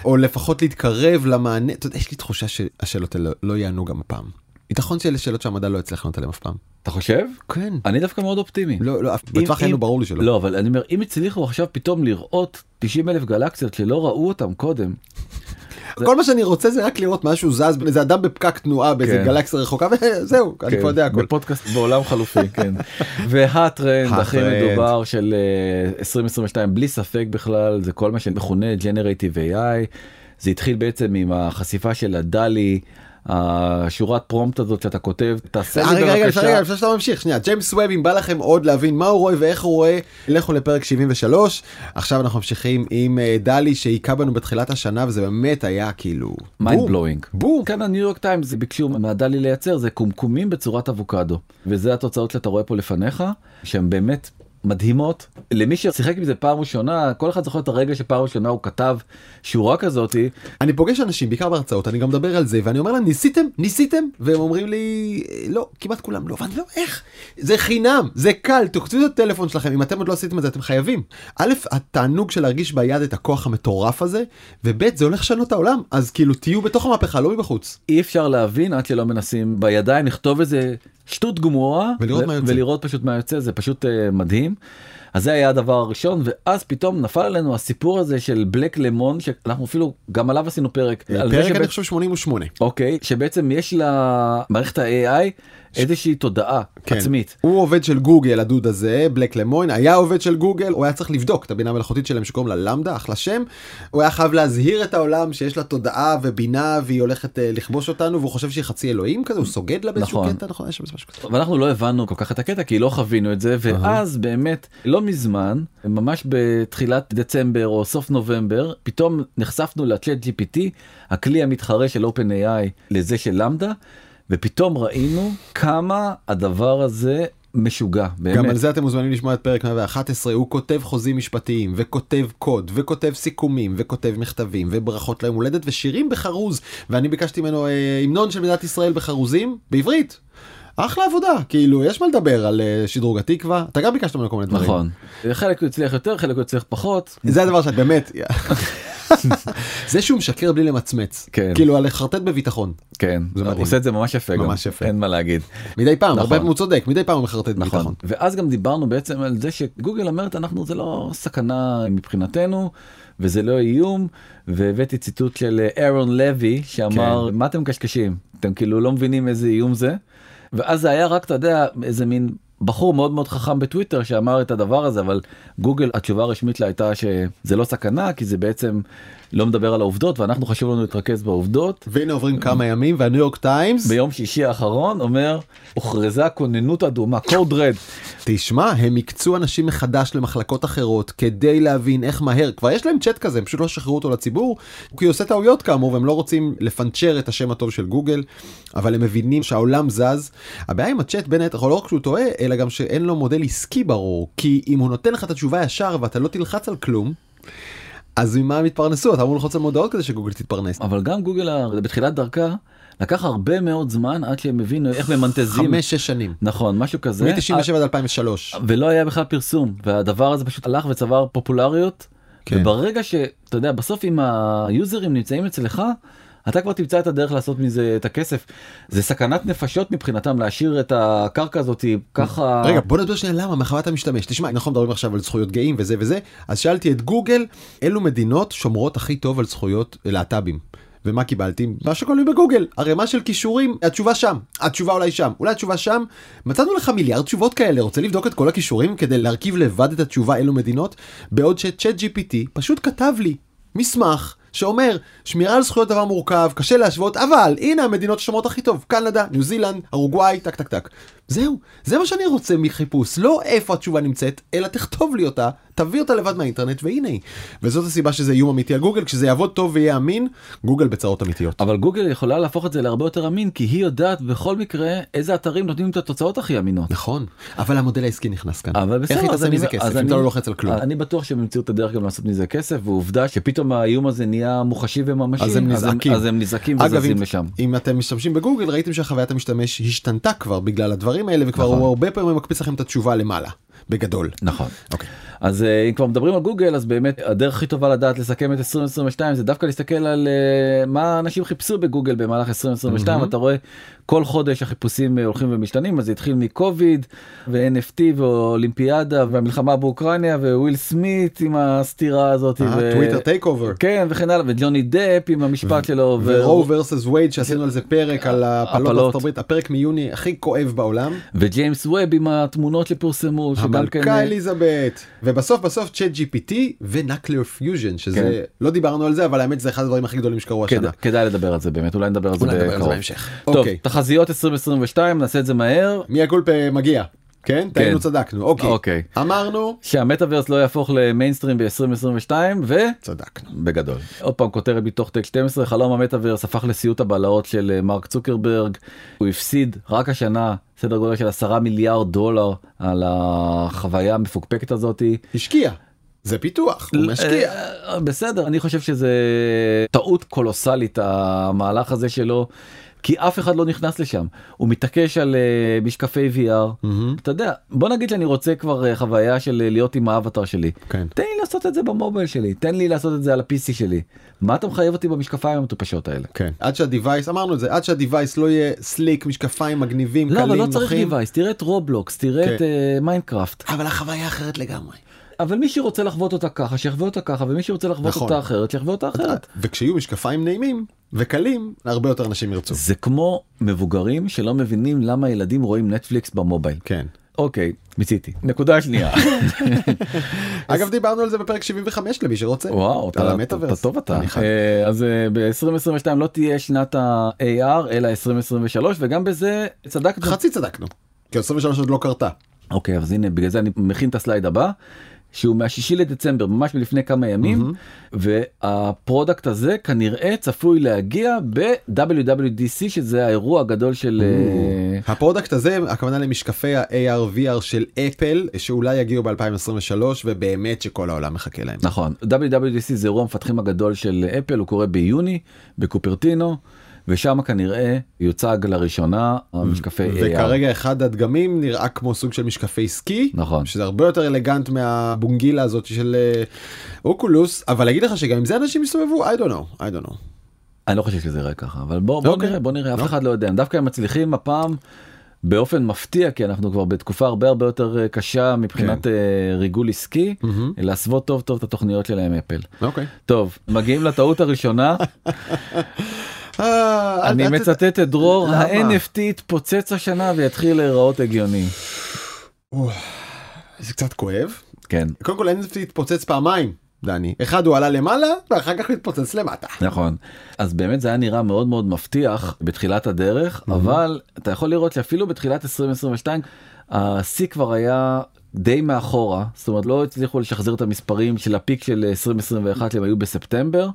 Speaker 1: או לפחות להתקרב למענה אתה יודע, יש לי תחושה שהשאלות האלה לא יענו גם הפעם. יתכון שאלה שאלות שהמדע לא יצליח לענות עליהן אף פעם.
Speaker 2: אתה חושב?
Speaker 1: כן.
Speaker 2: אני דווקא מאוד אופטימי.
Speaker 1: לא, לא, אף- בטווח
Speaker 2: אם-
Speaker 1: היינו ברור לי שלא.
Speaker 2: לא אבל אני אומר אם הצליחו עכשיו פתאום לראות 90 אלף גלקסיות שלא ראו אותם קודם
Speaker 1: כל מה שאני רוצה זה רק לראות משהו זז, איזה אדם בפקק תנועה באיזה
Speaker 2: כן.
Speaker 1: גלקסיה רחוקה [LAUGHS] וזהו, אני
Speaker 2: כן,
Speaker 1: כבר יודע הכל.
Speaker 2: בפודקאסט בעולם חלופי [LAUGHS] כן והטרנד הכי
Speaker 1: הטרנד.
Speaker 2: מדובר של אה, 2022 בלי ספק בכלל זה כל מה שמכונה Generative AI זה התחיל בעצם עם החשיפה של הדלי. השורת פרומפט הזאת שאתה כותב תעשה לי
Speaker 1: אה, רגע רגע
Speaker 2: בבקשה
Speaker 1: אפשר רגע אפשר שאתה ממשיך שנייה ג'יימס ווב אם בא לכם עוד להבין מה הוא רואה ואיך הוא רואה לכו לפרק 73 עכשיו אנחנו ממשיכים עם אה, דלי שהיכה בנו בתחילת השנה וזה באמת היה כאילו
Speaker 2: מיינד
Speaker 1: בום.
Speaker 2: בלואינג.
Speaker 1: בום.
Speaker 2: כאן כן, הניו יורק טיימס ביקשו מהדלי לייצר זה קומקומים בצורת אבוקדו וזה התוצאות שאתה רואה פה לפניך שהן באמת מדהימות למי ששיחק עם זה פעם ראשונה כל אחד זוכר את הרגע שפעם ראשונה הוא כתב שורה כזאתי
Speaker 1: אני פוגש אנשים בעיקר בהרצאות אני גם מדבר על זה ואני אומר להם ניסיתם ניסיתם והם אומרים לי "אה, לא כמעט כולם לא ואני לא איך זה חינם זה קל תוקצו את הטלפון שלכם אם אתם עוד לא עשיתם את זה אתם חייבים. א' התענוג של להרגיש ביד את הכוח המטורף הזה וב' זה הולך לשנות את העולם אז כאילו תהיו בתוך המהפכה לא מבחוץ.
Speaker 2: אי אפשר להבין עד שלא מנסים בידיים לכתוב איזה שטות גמורה
Speaker 1: ולראות מה יוצא.
Speaker 2: ולראות פשוט מה יוצא זה פשוט uh, מדהים. אז זה היה הדבר הראשון ואז פתאום נפל עלינו הסיפור הזה של בלק למון שאנחנו אפילו גם עליו עשינו פרק. על זה
Speaker 1: פרק
Speaker 2: שבעצם-
Speaker 1: אני חושב 88.
Speaker 2: אוקיי שבעצם יש למערכת ה-AI איזושהי תודעה
Speaker 1: כן.
Speaker 2: עצמית.
Speaker 1: הוא עובד של גוגל הדוד הזה בלק למוין היה עובד של גוגל הוא היה צריך לבדוק את הבינה המלאכותית שלהם שקוראים לה למדה אחלה שם. הוא היה חייב להזהיר את העולם שיש לה תודעה ובינה והיא הולכת אה, לכבוש אותנו והוא חושב שהיא חצי אלוהים כזה הוא סוגד לה באיזשהו
Speaker 2: נכון.
Speaker 1: קטע נכון יש שם איזה משהו כזה.
Speaker 2: ואנחנו לא הבנו כל כך את הקטע כי לא חווינו את זה ואז באמת לא מזמן ממש בתחילת דצמבר או סוף נובמבר פתאום נחשפנו לצ'אט gpt הכלי המתחרה של OpenAI לזה של למדה ופתאום ראינו כמה הדבר הזה משוגע
Speaker 1: גם על
Speaker 2: באמת.
Speaker 1: זה אתם מוזמנים לשמוע את פרק 111 הוא כותב חוזים משפטיים וכותב קוד וכותב סיכומים וכותב מכתבים וברכות ליום הולדת ושירים בחרוז ואני ביקשתי ממנו אה, המנון של מדינת ישראל בחרוזים בעברית. אחלה עבודה, כאילו, יש מה לדבר על אה, שדרוג התקווה, אתה גם ביקשת ממנו כל מיני דברים.
Speaker 2: נכון. חלק הוא הצליח יותר, חלק הוא הצליח פחות.
Speaker 1: זה הדבר שאת באמת, זה שהוא משקר בלי למצמץ,
Speaker 2: כן.
Speaker 1: כאילו, על לחרטט בביטחון,
Speaker 2: כן,
Speaker 1: זה מדהים.
Speaker 2: הוא עושה את זה ממש יפה גם.
Speaker 1: ממש יפה.
Speaker 2: אין מה להגיד.
Speaker 1: מדי פעם,
Speaker 2: נכון.
Speaker 1: הרבה פעמים הוא צודק, מדי פעם הוא מחרטט
Speaker 2: נכון.
Speaker 1: בביטחון.
Speaker 2: ואז גם דיברנו בעצם על זה שגוגל אומרת אנחנו זה לא סכנה מבחינתנו וזה לא איום והבאתי ציטוט של אירון לוי שאמר מה אתם קשקשים אתם כאילו לא מבינים איזה איום זה. ואז זה היה רק אתה יודע איזה מין בחור מאוד מאוד חכם בטוויטר שאמר את הדבר הזה אבל גוגל התשובה הרשמית לה הייתה שזה לא סכנה כי זה בעצם לא מדבר על העובדות ואנחנו חשוב לנו להתרכז בעובדות
Speaker 1: והנה עוברים כמה ימים והניו יורק טיימס,
Speaker 2: ביום שישי האחרון אומר הוכרזה כוננות אדומה code red
Speaker 1: תשמע, הם הקצו אנשים מחדש למחלקות אחרות כדי להבין איך מהר, כבר יש להם צ'אט כזה, הם פשוט לא שחררו אותו לציבור, כי הוא עושה טעויות כאמור, והם לא רוצים לפנצ'ר את השם הטוב של גוגל, אבל הם מבינים שהעולם זז. הבעיה עם הצ'אט בין היתר, לא רק שהוא טועה, אלא גם שאין לו מודל עסקי ברור, כי אם הוא נותן לך את התשובה ישר ואתה לא תלחץ על כלום, אז ממה הם יתפרנסו? אתה אמור לחוץ על מודעות כדי שגוגל תתפרנס.
Speaker 2: אבל גם גוגל ה- בתחילת דרכה לקח הרבה מאוד זמן עד שהם הבינו איך ממנטזים
Speaker 1: חמש, שש שנים,
Speaker 2: נכון משהו כזה אה,
Speaker 1: מ-97 עד 2003.
Speaker 2: ולא היה בכלל פרסום והדבר הזה פשוט הלך וצבר פופולריות.
Speaker 1: כן.
Speaker 2: וברגע שאתה יודע בסוף אם היוזרים נמצאים אצלך אתה כבר תמצא את הדרך לעשות מזה את הכסף זה סכנת נפשות מבחינתם להשאיר את הקרקע הזאת ככה
Speaker 1: רגע בוא נדבר שנייה למה מחוות המשתמש תשמע אנחנו מדברים עכשיו על זכויות גאים וזה וזה אז שאלתי את גוגל אילו מדינות שומרות הכי טוב על זכויות להט"בים. ומה קיבלתי? מה שקוראים בגוגל, ערימה של כישורים, התשובה שם, התשובה אולי שם, אולי התשובה שם. מצאנו לך מיליארד תשובות כאלה, רוצה לבדוק את כל הכישורים כדי להרכיב לבד את התשובה אילו מדינות? בעוד שצ'אט GPT פשוט כתב לי מסמך שאומר שמירה על זכויות דבר מורכב, קשה להשוות, אבל הנה המדינות ששומרות הכי טוב, קנדה, ניו זילנד, אורוגוואי, טק טק טק. זהו, זה מה שאני רוצה מחיפוש, לא איפה התשובה נמצאת, אלא תכתוב לי אותה, תביא אותה לבד מהאינטרנט והנה היא. וזאת הסיבה שזה איום אמיתי על גוגל, כשזה יעבוד טוב ויהיה אמין, גוגל בצרות אמיתיות.
Speaker 2: אבל גוגל יכולה להפוך את זה להרבה יותר אמין כי היא יודעת בכל מקרה איזה אתרים נותנים את התוצאות הכי אמינות.
Speaker 1: נכון, אבל המודל העסקי נכנס כאן.
Speaker 2: אבל בסדר,
Speaker 1: איך היא
Speaker 2: אז
Speaker 1: תעשה
Speaker 2: אני-
Speaker 1: מזה כסף,
Speaker 2: אז
Speaker 1: אם
Speaker 2: אני-
Speaker 1: אתה לא לוחץ על כלום?
Speaker 2: אני בטוח שהם ימצאו את הדרך גם לעשות מזה כסף ועובדה שפתאום האיום הזה נהיה מוחשי וממשי
Speaker 1: אז הם נזעקים.
Speaker 2: אז הם נזעקים
Speaker 1: אגב,
Speaker 2: וזזים
Speaker 1: אם,
Speaker 2: לשם.
Speaker 1: אם אתם משתמשים בגוגל ראיתם שהחוויית המשתמש השתנתה כבר בגלל הדברים האלה וכבר
Speaker 2: נכון.
Speaker 1: הוא הרבה פעמים מקפיץ לכם את התשובה למעלה בגדול.
Speaker 2: נכון.
Speaker 1: אוקיי.
Speaker 2: אז אה, אם כבר מדברים על גוגל אז באמת הדרך הכי טובה לדעת לסכם את 2022 זה דווקא להסתכל על אה, מה אנשים חיפשו בגוגל במהלך 2022 אתה רואה כל חודש החיפושים אה, הולכים ומשתנים אז זה התחיל מקוביד ו-NFT ואולימפיאדה והמלחמה באוקראינה וויל סמית עם הסתירה הזאת. ו-
Speaker 1: טוויטר טייק אובר.
Speaker 2: כן וכן הלאה וג'וני דפ עם המשפט שלו
Speaker 1: ורו versus וייד שעשינו על זה פרק על הפלות
Speaker 2: הפלות.
Speaker 1: בארצות הברית, הפרק מיוני הכי כואב בעולם.
Speaker 2: וג'יימס ווב עם התמונות שפורסמו שגם כן
Speaker 1: המלכה אליזבת ובסוף בסוף צ'אט GPT ונקלר פיוז'ן
Speaker 2: כן.
Speaker 1: שזה לא דיברנו על זה אבל האמת זה אחד הדברים הכי גדולים שקרו
Speaker 2: כדא,
Speaker 1: השנה.
Speaker 2: כדאי לדבר על זה באמת אולי נדבר על זה
Speaker 1: אולי נדבר על זה
Speaker 2: בקרוב.
Speaker 1: בהמשך.
Speaker 2: טוב
Speaker 1: אוקיי.
Speaker 2: תחזיות 2022 נעשה את זה מהר
Speaker 1: מי הקולפה אה, מגיע כן טעינו צדקנו אוקיי
Speaker 2: אוקיי.
Speaker 1: אמרנו
Speaker 2: שהמטאוורס לא יהפוך למיינסטרים ב-2022 ו...
Speaker 1: צדקנו.
Speaker 2: בגדול. עוד פעם כותרת מתוך טק 12 חלום המטאוורס הפך לסיוט הבלהות של אה, מרק צוקרברג הוא הפסיד רק השנה סדר גודל של 10 מיליארד דולר על החוויה המפוקפקת הזאתי.
Speaker 1: השקיע. זה פיתוח, הוא משקיע.
Speaker 2: אה, בסדר, אני חושב שזה טעות קולוסלית המהלך הזה שלו, כי אף אחד לא נכנס לשם. הוא מתעקש על אה, משקפי VR.
Speaker 1: מהמם.
Speaker 2: אתה יודע, בוא נגיד שאני רוצה כבר אה, חוויה של אה, להיות עם האבטר שלי.
Speaker 1: כן.
Speaker 2: תן לי לעשות את זה במובייל שלי, תן לי לעשות את זה על ה-PC שלי. מה אתה מחייב אותי במשקפיים המטופשות האלה?
Speaker 1: כן. עד שהדיווייס, אמרנו את זה, עד שהדיווייס לא יהיה סליק, משקפיים מגניבים,
Speaker 2: לא,
Speaker 1: קלים,
Speaker 2: אבל
Speaker 1: נוחים.
Speaker 2: לא צריך דיווייס, תראה את רובלוקס, תראה את
Speaker 1: כן.
Speaker 2: אה, מיינקראפט.
Speaker 1: אבל החוויה אחרת לגמרי.
Speaker 2: אבל מי שרוצה לחוות אותה ככה, שיחווה אותה ככה, ומי שרוצה לחוות
Speaker 1: נכון.
Speaker 2: אותה אחרת, שיחווה אותה אחרת.
Speaker 1: וכשיהיו משקפיים נעימים וקלים, הרבה יותר אנשים ירצו.
Speaker 2: זה כמו מבוגרים שלא מבינים למה ילדים רואים נטפליקס במובייל.
Speaker 1: כן.
Speaker 2: אוקיי, מיציתי. נקודה שנייה.
Speaker 1: אגב, דיברנו על זה בפרק 75 למי שרוצה.
Speaker 2: וואו,
Speaker 1: על
Speaker 2: אתה, אתה,
Speaker 1: המטאוורס.
Speaker 2: אתה טוב אתה.
Speaker 1: אני חי-
Speaker 2: אה, אז ב-2022 לא תהיה שנת ה-AR אלא 2023 וגם בזה צדקת.
Speaker 1: חצי צדקנו. כי 23 עוד לא קרתה.
Speaker 2: אוקיי, אז הנה בגלל זה אני מכין את הסלייד הבא. שהוא מהשישי לדצמבר ממש מלפני כמה ימים והפרודקט הזה כנראה צפוי להגיע ב-WWDC שזה האירוע הגדול של אה,
Speaker 1: הפרודקט הזה הכוונה למשקפי ה-AR/VR של אפל שאולי יגיעו ב-2023 ובאמת שכל העולם מחכה להם.
Speaker 2: נכון WWDC זה אירוע המפתחים הגדול של אפל הוא קורה ביוני בקופרטינו ושם כנראה יוצג לראשונה המשקפי AR.
Speaker 1: וכרגע אחד הדגמים נראה כמו סוג של משקפי סקי,
Speaker 2: נכון.
Speaker 1: שזה הרבה יותר אלגנט מהבונגילה הזאת של אה, אוקולוס, אבל להגיד לך שגם עם זה אנשים יסתובבו? I don't know, I don't know.
Speaker 2: אני לא חושב שזה ייראה ככה, אבל בוא, בוא
Speaker 1: אוקיי.
Speaker 2: נראה, בוא נראה, אף
Speaker 1: לא.
Speaker 2: אחד לא יודע. דווקא הם מצליחים הפעם באופן מפתיע, כי אנחנו כבר בתקופה הרבה הרבה יותר אה, קשה
Speaker 1: כן.
Speaker 2: מבחינת אה, ריגול עסקי, להסוות טוב טוב את התוכניות שלהם אפל.
Speaker 1: אוקיי.
Speaker 2: טוב, מגיעים לטעות
Speaker 1: [LAUGHS]
Speaker 2: הראשונה,
Speaker 1: אה,
Speaker 2: אני
Speaker 1: אל- אל-
Speaker 2: מצטט את דרור,
Speaker 1: למה?
Speaker 2: ה-NFT יתפוצץ השנה ויתחיל להיראות הגיוני.
Speaker 1: זה קצת כואב.
Speaker 2: כן,
Speaker 1: קודם כל NFT התפוצץ פעמיים, דני. אחד הוא עלה למעלה, ואחר כך הוא התפוצץ למטה.
Speaker 2: נכון. אז באמת זה היה נראה מאוד מאוד מבטיח בתחילת הדרך,
Speaker 1: Mhm.
Speaker 2: אבל אתה יכול לראות שאפילו בתחילת 2022 השיא כבר היה די מאחורה, זאת אומרת לא הצליחו לשחזר את המספרים של הפיק של 2021
Speaker 1: Mhm.
Speaker 2: שהם היו בספטמבר,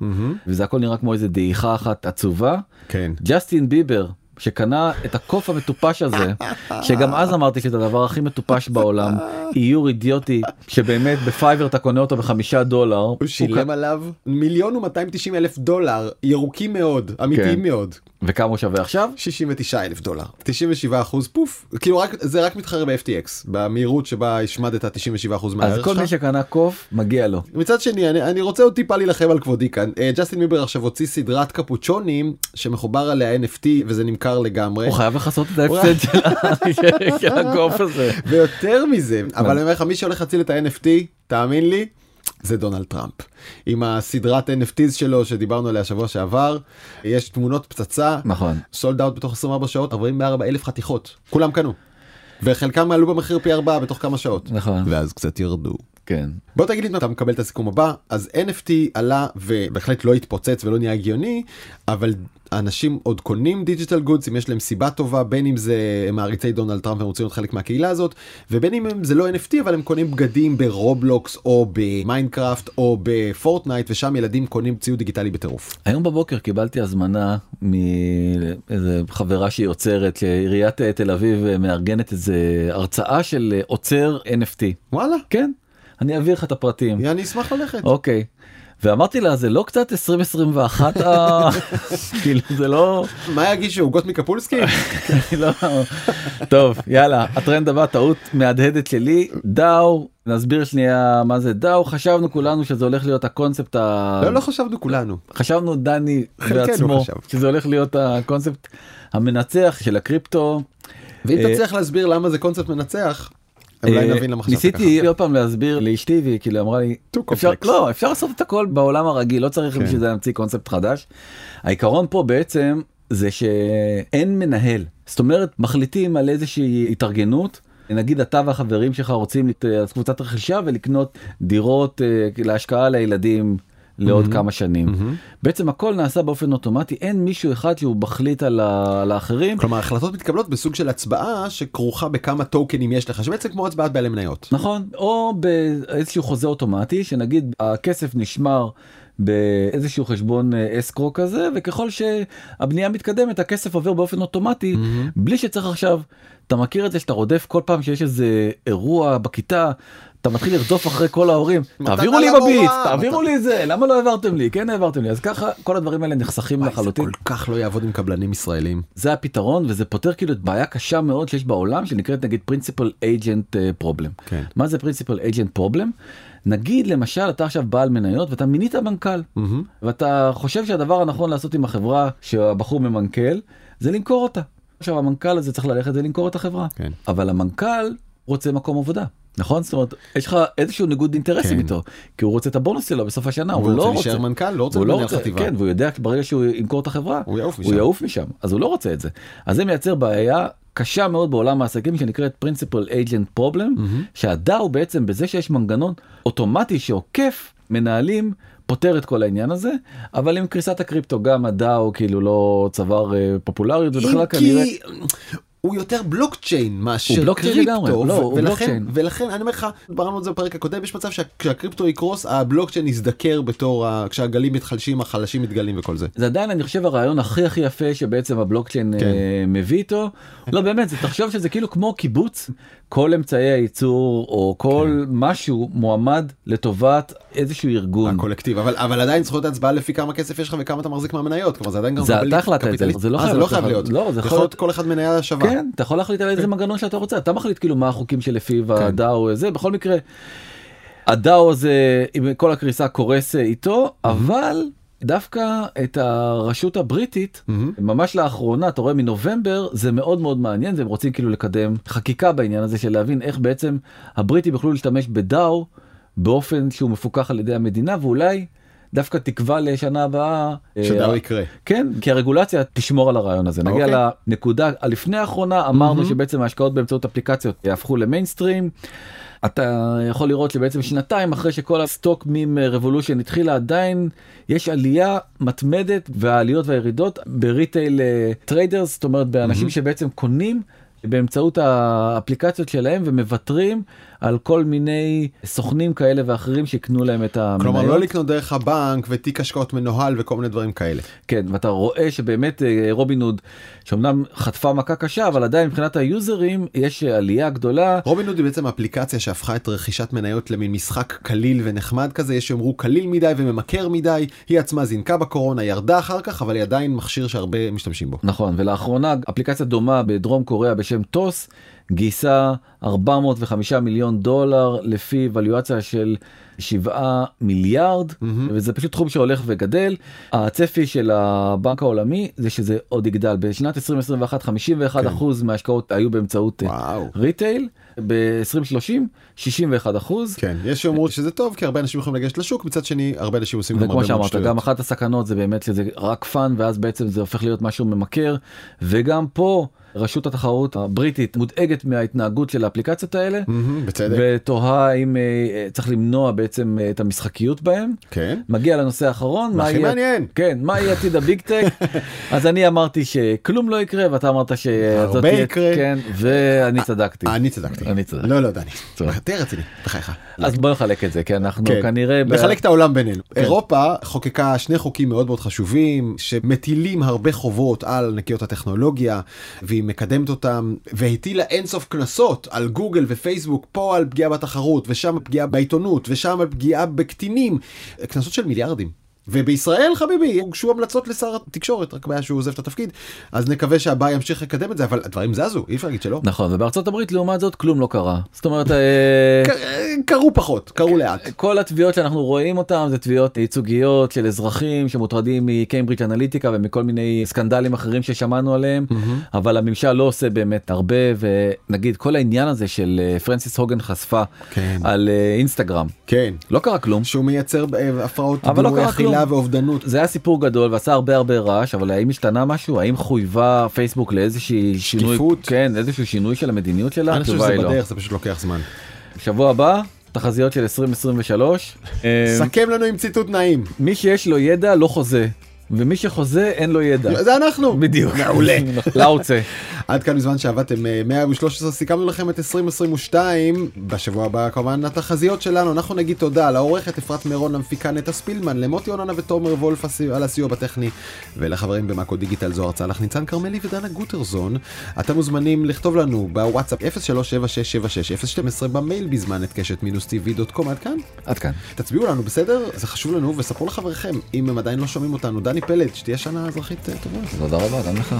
Speaker 2: וזה הכל נראה כמו איזה דעיכה אחת עצובה.
Speaker 1: כן.
Speaker 2: ג'סטין ביבר. שקנה את הקוף המטופש
Speaker 1: [LAUGHS]
Speaker 2: הזה, שגם אז אמרתי שזה הדבר הכי מטופש בעולם, איור אידיוטי, שבאמת בפייבר אתה קונה אותו בחמישה דולר.
Speaker 1: הוא שילם עליו מיליון ומאתיים תשעים אלף דולר, ירוקים מאוד, אמיתיים
Speaker 2: כן.
Speaker 1: מאוד.
Speaker 2: וכמה הוא שווה עכשיו?
Speaker 1: 69 אלף דולר 97 אחוז פוף כאילו רק זה רק מתחרה ב-FTX במהירות שבה השמדת 97 אחוז
Speaker 2: אז
Speaker 1: מהערך
Speaker 2: כל מי
Speaker 1: שלך.
Speaker 2: שקנה קוף מגיע לו.
Speaker 1: מצד שני אני, אני רוצה עוד טיפה להילחם על כבודי כאן אה, ג'סטין ביבר עכשיו הוציא סדרת קפוצ'ונים שמחובר עליה NFT וזה נמכר לגמרי.
Speaker 2: הוא חייב לכסות את ההפסד של [LAUGHS] ה- של הקוף הזה.
Speaker 1: ויותר
Speaker 2: [LAUGHS]
Speaker 1: מזה אבל אני אומר לך מי שהולך להציל את ה-NFT תאמין לי. זה דונלד טראמפ עם הסדרת NFTs שלו שדיברנו עליה שבוע שעבר יש תמונות פצצה
Speaker 2: נכון.
Speaker 1: סולד אאוט בתוך 24 שעות 44 אלף חתיכות כולם קנו. וחלקם עלו במחיר פי 4 בתוך כמה שעות
Speaker 2: נכון.
Speaker 1: ואז קצת ירדו.
Speaker 2: כן.
Speaker 1: בוא תגיד לי אם אתה מקבל את הסיכום הבא אז NFT עלה ובהחלט לא התפוצץ ולא נהיה הגיוני אבל אנשים עוד קונים דיג'יטל גודס אם יש להם סיבה טובה בין אם זה הם מעריצי דונלד טראמפ והם רוצים להיות חלק מהקהילה הזאת ובין אם הם- זה לא NFT אבל הם קונים בגדים ברובלוקס או במיינקראפט או בפורטנייט ושם ילדים קונים ציוד דיגיטלי בטירוף.
Speaker 2: היום בבוקר קיבלתי הזמנה מאיזה חברה שהיא עוצרת, שעיריית אה, תל אביב אה, מארגנת איזה הרצאה של אה, עוצר NFT.
Speaker 1: וואלה
Speaker 2: כן, אני אעביר לך את הפרטים.
Speaker 1: אני אשמח ללכת.
Speaker 2: אוקיי. ואמרתי לה, זה לא קצת 2021, [LAUGHS] ה- כאילו זה לא...
Speaker 1: מה יגישו עוגות מקפולסקי?
Speaker 2: אני לא... טוב יאללה הטרנד הבא טעות מהדהדת שלי דאו נסביר שנייה מה זה דאו חשבנו כולנו שזה הולך להיות הקונספט ה...
Speaker 1: לא, לא חשבנו כולנו.
Speaker 2: חשבנו דני
Speaker 1: חלקנו
Speaker 2: בעצמו
Speaker 1: חשב.
Speaker 2: שזה הולך להיות הקונספט המנצח של הקריפטו.
Speaker 1: ואם
Speaker 2: אה,
Speaker 1: תצליח להסביר למה זה קונספט מנצח, אולי
Speaker 2: אה,
Speaker 1: נבין למה חשבת ככה.
Speaker 2: ניסיתי עוד פעם להסביר לאשתי והיא כאילו אמרה לי
Speaker 1: Too
Speaker 2: אפשר
Speaker 1: complex.
Speaker 2: לא אפשר לעשות את הכל בעולם הרגיל לא צריך
Speaker 1: כן.
Speaker 2: בשביל זה להמציא קונספט חדש. העיקרון פה בעצם זה שאין מנהל זאת אומרת מחליטים על איזושהי התארגנות. נגיד אתה והחברים שלך רוצים לת- אז קבוצת רכישה ולקנות דירות אה, להשקעה לילדים לעוד כמה שנים. בעצם הכל נעשה באופן אוטומטי, אין מישהו אחד שהוא מחליט על ה- על האחרים.
Speaker 1: כלומר החלטות מתקבלות בסוג של הצבעה שכרוכה בכמה טוקנים יש לך שבעצם כמו הצבעת בעלי מניות.
Speaker 2: נכון, או באיזשהו חוזה אוטומטי, שנגיד הכסף נשמר באיזשהו חשבון אה, אסקרו כזה, וככל שהבנייה מתקדמת הכסף עובר באופן אוטומטי, mm-hmm. בלי שצריך עכשיו, אתה מכיר את זה שאתה רודף כל פעם שיש איזה אירוע בכיתה, אתה מתחיל לרדוף אחרי כל ההורים,
Speaker 1: מתנה
Speaker 2: תעבירו לי
Speaker 1: למורה,
Speaker 2: בביט,
Speaker 1: מת-
Speaker 2: תעבירו לי את זה, למה לא העברתם לי, כן העברתם לי, אז ככה כל הדברים האלה נחסכים
Speaker 1: וואי, זה
Speaker 2: לחלוטין.
Speaker 1: כל כך לא יעבוד עם קבלנים ישראלים.
Speaker 2: זה הפתרון וזה פותר כאילו את בעיה קשה מאוד שיש בעולם שנקראת נגיד principal agent אה, problem.
Speaker 1: כן.
Speaker 2: מה זה principal agent problem? נגיד למשל אתה עכשיו בעל מניות ואתה מינית מנכ"ל
Speaker 1: מהמם.
Speaker 2: ואתה חושב שהדבר הנכון לעשות עם החברה שהבחור ממנכ"ל זה למכור אותה. עכשיו המנכ"ל הזה צריך ללכת ולמכור את החברה
Speaker 1: כן.
Speaker 2: אבל המנכ"ל רוצה מקום עבודה. נכון? זאת אומרת, יש לך איזשהו ניגוד אינטרסים
Speaker 1: כן.
Speaker 2: איתו, כי הוא רוצה את הבונוס שלו בסוף השנה, הוא,
Speaker 1: הוא
Speaker 2: לא
Speaker 1: רוצה
Speaker 2: רוצה.
Speaker 1: להישאר מנכ"ל, לא רוצה
Speaker 2: הוא
Speaker 1: למנהל חטיבה.
Speaker 2: כן, והוא יודע שברגע שהוא ימכור את החברה,
Speaker 1: הוא יעוף
Speaker 2: הוא
Speaker 1: משם.
Speaker 2: יעוף משם, אז הוא לא רוצה את זה. אז זה מייצר בעיה קשה מאוד בעולם העסקים שנקראת principal agent problem, mm-hmm. שהדאו בעצם בזה שיש מנגנון אוטומטי שעוקף מנהלים. פותר את כל העניין הזה אבל עם קריסת הקריפטו גם הדאו כאילו לא צבר אה, פופולריות ובכלל
Speaker 1: אם
Speaker 2: כנראה
Speaker 1: כי הוא יותר בלוקצ'יין מאשר
Speaker 2: בלוקצ'יין לגמרי,
Speaker 1: קריפטו,
Speaker 2: לא,
Speaker 1: ו-
Speaker 2: הוא
Speaker 1: ולכן,
Speaker 2: בלוקצ'יין.
Speaker 1: ולכן אני אומר לך, דיברנו על זה בפרק הקודם, יש מצב שכשהקריפטו יקרוס הבלוקצ'יין יזדקר בתור, ה- כשהגלים מתחלשים החלשים מתגלים וכל זה.
Speaker 2: זה עדיין אני חושב הרעיון הכי הכי יפה שבעצם הבלוקצ'יין
Speaker 1: כן.
Speaker 2: כן. מביא איתו לא באמת זה תחשוב שזה כאילו כמו קיבוץ כל אמצעי הייצור או כל כן. משהו מועמד לטובת איזשהו ארגון.
Speaker 1: הקולקטיב אבל אבל עדיין זכות הצבעה לפי כמה כסף יש לך וכמה אתה מחזיק מהמניות כלומר זה עדיין גם
Speaker 2: זה
Speaker 1: קפיטלי-
Speaker 2: אתה החלטת את זה,
Speaker 1: קפיטליסט.
Speaker 2: זה לא
Speaker 1: אה,
Speaker 2: חייב
Speaker 1: זה לא
Speaker 2: להיות
Speaker 1: חייב
Speaker 2: לך.
Speaker 1: להיות
Speaker 2: לא, זה
Speaker 1: זה יכול
Speaker 2: יכול
Speaker 1: להיות כל אחד מניה שווה
Speaker 2: כן, אתה יכול להחליט על איזה מנגנון שאתה רוצה, אתה מחליט כאילו מה החוקים
Speaker 1: כן.
Speaker 2: שלפיו הדאו זה, בכל מקרה, הדאו הזה עם כל הקריסה קורס אה, איתו, אבל דווקא את הרשות הבריטית,
Speaker 1: מהמם.
Speaker 2: ממש לאחרונה, אתה רואה מנובמבר, זה מאוד מאוד מעניין, והם רוצים כאילו לקדם חקיקה בעניין הזה של להבין איך בעצם הבריטים יוכלו להשתמש בדאו באופן שהוא מפוקח על ידי המדינה, ואולי דווקא תקווה לשנה הבאה. אה,
Speaker 1: שדאו יקרה.
Speaker 2: כן, כי הרגולציה תשמור על הרעיון הזה. נגיע
Speaker 1: אוקיי.
Speaker 2: לנקודה הלפני האחרונה, אמרנו
Speaker 1: מהמם.
Speaker 2: שבעצם ההשקעות באמצעות אפליקציות יהפכו למיינסטרים. אתה יכול לראות שבעצם שנתיים אחרי שכל הסטוק מים אה, רבולושן התחילה עדיין יש עלייה מתמדת והעליות והירידות בריטייל אה, טריידרס, זאת אומרת באנשים mm-hmm. שבעצם קונים באמצעות האפליקציות שלהם ומוותרים על כל מיני סוכנים כאלה ואחרים שיקנו להם את המניות.
Speaker 1: כלומר לא לקנות דרך הבנק ותיק השקעות מנוהל וכל מיני דברים כאלה.
Speaker 2: כן, ואתה רואה שבאמת אה, רובין הוד, שאומנם חטפה מכה קשה, אבל עדיין מבחינת היוזרים יש אה, עלייה גדולה.
Speaker 1: רובין הוד היא בעצם אפליקציה שהפכה את רכישת מניות למין משחק קליל ונחמד כזה, יש שיאמרו קליל מדי וממכר מדי, היא עצמה זינקה בקורונה, ירדה אחר כך, אבל היא עדיין מכשיר שהרבה משתמשים בו.
Speaker 2: נכון, ולאחרונה אפליקציה דומה בדרום קוריאה בשם טוס גייסה 405 מיליון דולר לפי ולואציה של 7 מיליארד, mm-hmm. וזה פשוט תחום שהולך וגדל. הצפי של הבנק העולמי זה שזה עוד יגדל. בשנת 2021 51 אחוז מההשקעות היו באמצעות אה,
Speaker 1: וואו.
Speaker 2: ריטייל, ב-2030 61 אחוז.
Speaker 1: כן, יש שיאמרו שזה טוב כי הרבה אנשים יכולים לגשת לשוק, מצד שני הרבה אנשים עושים גם
Speaker 2: וכמו
Speaker 1: הרבה מאוד
Speaker 2: שאמרת,
Speaker 1: שטויות.
Speaker 2: גם אחת הסכנות זה באמת שזה רק פאן, ואז בעצם זה הופך להיות משהו ממכר, וגם פה רשות התחרות הבריטית מודאגת מההתנהגות של האפליקציות האלה,
Speaker 1: מהמם, בצדק,
Speaker 2: ותוהה אם אה, אה, צריך למנוע בעצם אה, את המשחקיות בהם.
Speaker 1: כן.
Speaker 2: מגיע לנושא האחרון, מה
Speaker 1: הכי
Speaker 2: יהיה-
Speaker 1: מעניין.
Speaker 2: כן, מה יהיה עתיד הביג
Speaker 1: [LAUGHS]
Speaker 2: טק? אז אני אמרתי שכלום לא יקרה, ואתה אמרת שזאת
Speaker 1: הרבה
Speaker 2: תהיה-
Speaker 1: יקרה. אה,
Speaker 2: כן, ואני צדקתי.
Speaker 1: אני צדקתי.
Speaker 2: אני צדקתי.
Speaker 1: לא, לא, דני.
Speaker 2: טוב.
Speaker 1: תהיה רציני, בחייך.
Speaker 2: אז בוא נחלק את זה, כי אנחנו
Speaker 1: כן.
Speaker 2: כנראה... ב- כן.
Speaker 1: לחלק את העולם בינינו. אירופה חוקקה שני חוקים מאוד מאוד חשובים שמטילים הרבה חובות על ענקיות הטכנולוגיה והיא מקדמת אותם והטילה אינסוף קנסות על גוגל ופייסבוק פה על פגיעה בתחרות ושם פגיעה בעיתונות ושם פגיעה בקטינים קנסות של מיליארדים. ובישראל חביבי הוגשו המלצות לשר התקשורת רק בעיה שהוא עוזב את התפקיד אז נקווה שהבא ימשיך לקדם את זה אבל הדברים זזו אי אפשר להגיד שלא.
Speaker 2: נכון, ובארצות הברית לעומת זאת כלום לא קרה. זאת אומרת...
Speaker 1: כן,
Speaker 2: אה,
Speaker 1: ק- קרו פחות קרו לאט.
Speaker 2: כל התביעות שאנחנו רואים אותן זה תביעות ייצוגיות של אזרחים שמוטרדים מקיימברידג' אנליטיקה ומכל מיני סקנדלים אחרים ששמענו עליהם אבל הממשל לא עושה באמת הרבה ונגיד כל העניין הזה של אה, פרנסיס הוגן חשפה
Speaker 1: כן.
Speaker 2: על אה, אינסטגרם
Speaker 1: כן.
Speaker 2: לא קרה כלום.
Speaker 1: שהוא מייצר אה, הפרעות
Speaker 2: אבל לא
Speaker 1: דימוי
Speaker 2: קרה
Speaker 1: אכילה
Speaker 2: כלום.
Speaker 1: ואובדנות.
Speaker 2: זה היה סיפור גדול ועשה הרבה הרבה רעש אבל האם השתנה משהו האם חויבה פייסבוק לאיזושהי שינוי
Speaker 1: שקיפות.
Speaker 2: כן איזשהו שינוי של המדיניות שלה
Speaker 1: אני חושב
Speaker 2: התשובה
Speaker 1: שזה
Speaker 2: היא לא.
Speaker 1: בדרך, זה פשוט לוקח זמן.
Speaker 2: שבוע הבא תחזיות של 2023. אה,
Speaker 1: סכם לנו עם ציטוט נעים.
Speaker 2: מי שיש לו ידע לא חוזה, ומי שחוזה אין לו ידע. לא
Speaker 1: זה אנחנו.
Speaker 2: [LAUGHS] בדיוק.
Speaker 1: מעולה.
Speaker 2: לאוצה.
Speaker 1: עד כאן בזמן שעבדתם אה, 113, סיכמנו לכם את 2022. בשבוע הבא כמובן התחזיות שלנו, אנחנו נגיד תודה לעורכת אפרת מירון, למפיקה נטע ספילמן, למוטי אוננה ותומר וולף הסי- על הסיוע בטכני, ולחברים במאקו דיגיטל זוהר צלח, ניצן כרמלי ודנה גוטרזון. אתם מוזמנים לכתוב לנו בוואטסאפ 0376760012 במייל בזמן את קשת מינוס tv.com עד כאן.
Speaker 2: עד כאן.
Speaker 1: תצביעו לנו בסדר? זה חשוב לנו וספרו לחבריכם אם הם עדיין לא שומעים אותנו. דני פלד, שתהיה שנה אזרחית אה, טובה.
Speaker 2: תודה רבה, גם לך.